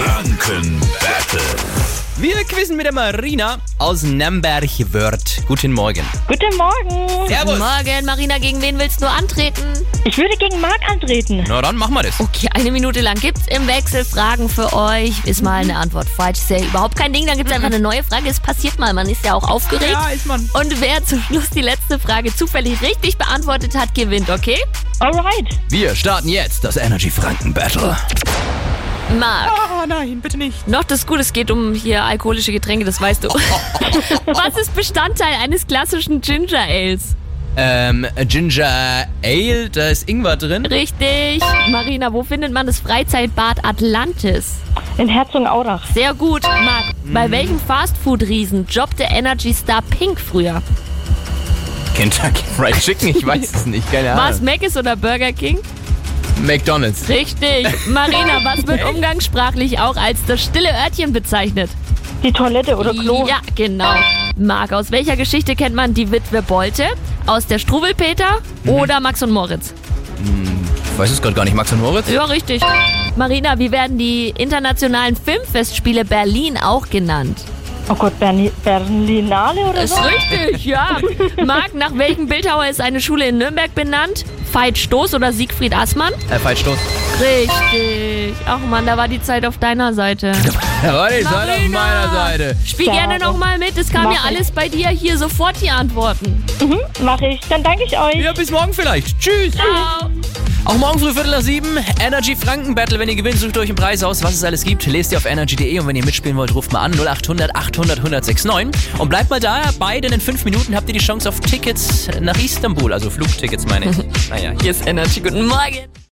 Franken Battle. Wir quizzen mit der Marina aus Namberg-Wörth. Guten Morgen. Guten Morgen. Servus. Guten Morgen, Marina, gegen wen willst du antreten? Ich würde gegen Marc antreten. Na dann machen wir das. Okay, eine Minute lang gibt's im Wechsel Fragen für euch. Ist mal eine Antwort falsch, ist ja überhaupt kein Ding. Dann gibt's einfach eine neue Frage. Es passiert mal, man ist ja auch aufgeregt. Ja, ist man. Und wer zum Schluss die letzte Frage zufällig richtig beantwortet hat, gewinnt, okay? Alright. Wir starten jetzt das Energy Franken Battle. Marc, Ah, nein, bitte nicht. noch das Gute, es geht um hier alkoholische Getränke, das weißt du. Was ist Bestandteil eines klassischen Ginger Ales? Ähm, Ginger Ale, da ist Ingwer drin. Richtig. Marina, wo findet man das Freizeitbad Atlantis? In Herzogenaurach. Sehr gut, Marc. Bei welchem Fastfood-Riesen jobbte Energy Star Pink früher? Kentucky Fried Chicken, ich weiß es nicht, keine War es Mc's oder Burger King? McDonalds. Richtig. Marina, was wird umgangssprachlich auch als das stille Örtchen bezeichnet? Die Toilette oder Klo. Ja, genau. Marc, aus welcher Geschichte kennt man die Witwe Bolte? Aus der Struwelpeter oder Max und Moritz? Ich weiß es gerade gar nicht, Max und Moritz? Ja, richtig. Marina, wie werden die internationalen Filmfestspiele Berlin auch genannt? Oh Gott, Berni Berlinale oder Ist so? richtig, ja. Marc, nach welchem Bildhauer ist eine Schule in Nürnberg benannt? Veit Stoß oder Siegfried Assmann? Äh, falsch, Stoß. Richtig. Ach man, da war die Zeit auf deiner Seite. Jawohl, ich seid auf Marina. meiner Seite. Spiel gerne nochmal mit. Es kam Mach ja alles bei dir hier sofort die Antworten. Mache ich. Dann danke ich euch. Ja, bis morgen vielleicht. Tschüss. Ciao. Auch morgen früh Viertel nach sieben. Energy Franken Battle. Wenn ihr gewinnt, sucht euch einen Preis aus, was es alles gibt. Lest ihr auf energy.de und wenn ihr mitspielen wollt, ruft mal an 0800 800 1069. Und bleibt mal da. Bei denn in fünf Minuten habt ihr die Chance auf Tickets nach Istanbul. Also Flugtickets meine ich. naja, Hier ist Energy. Guten Morgen.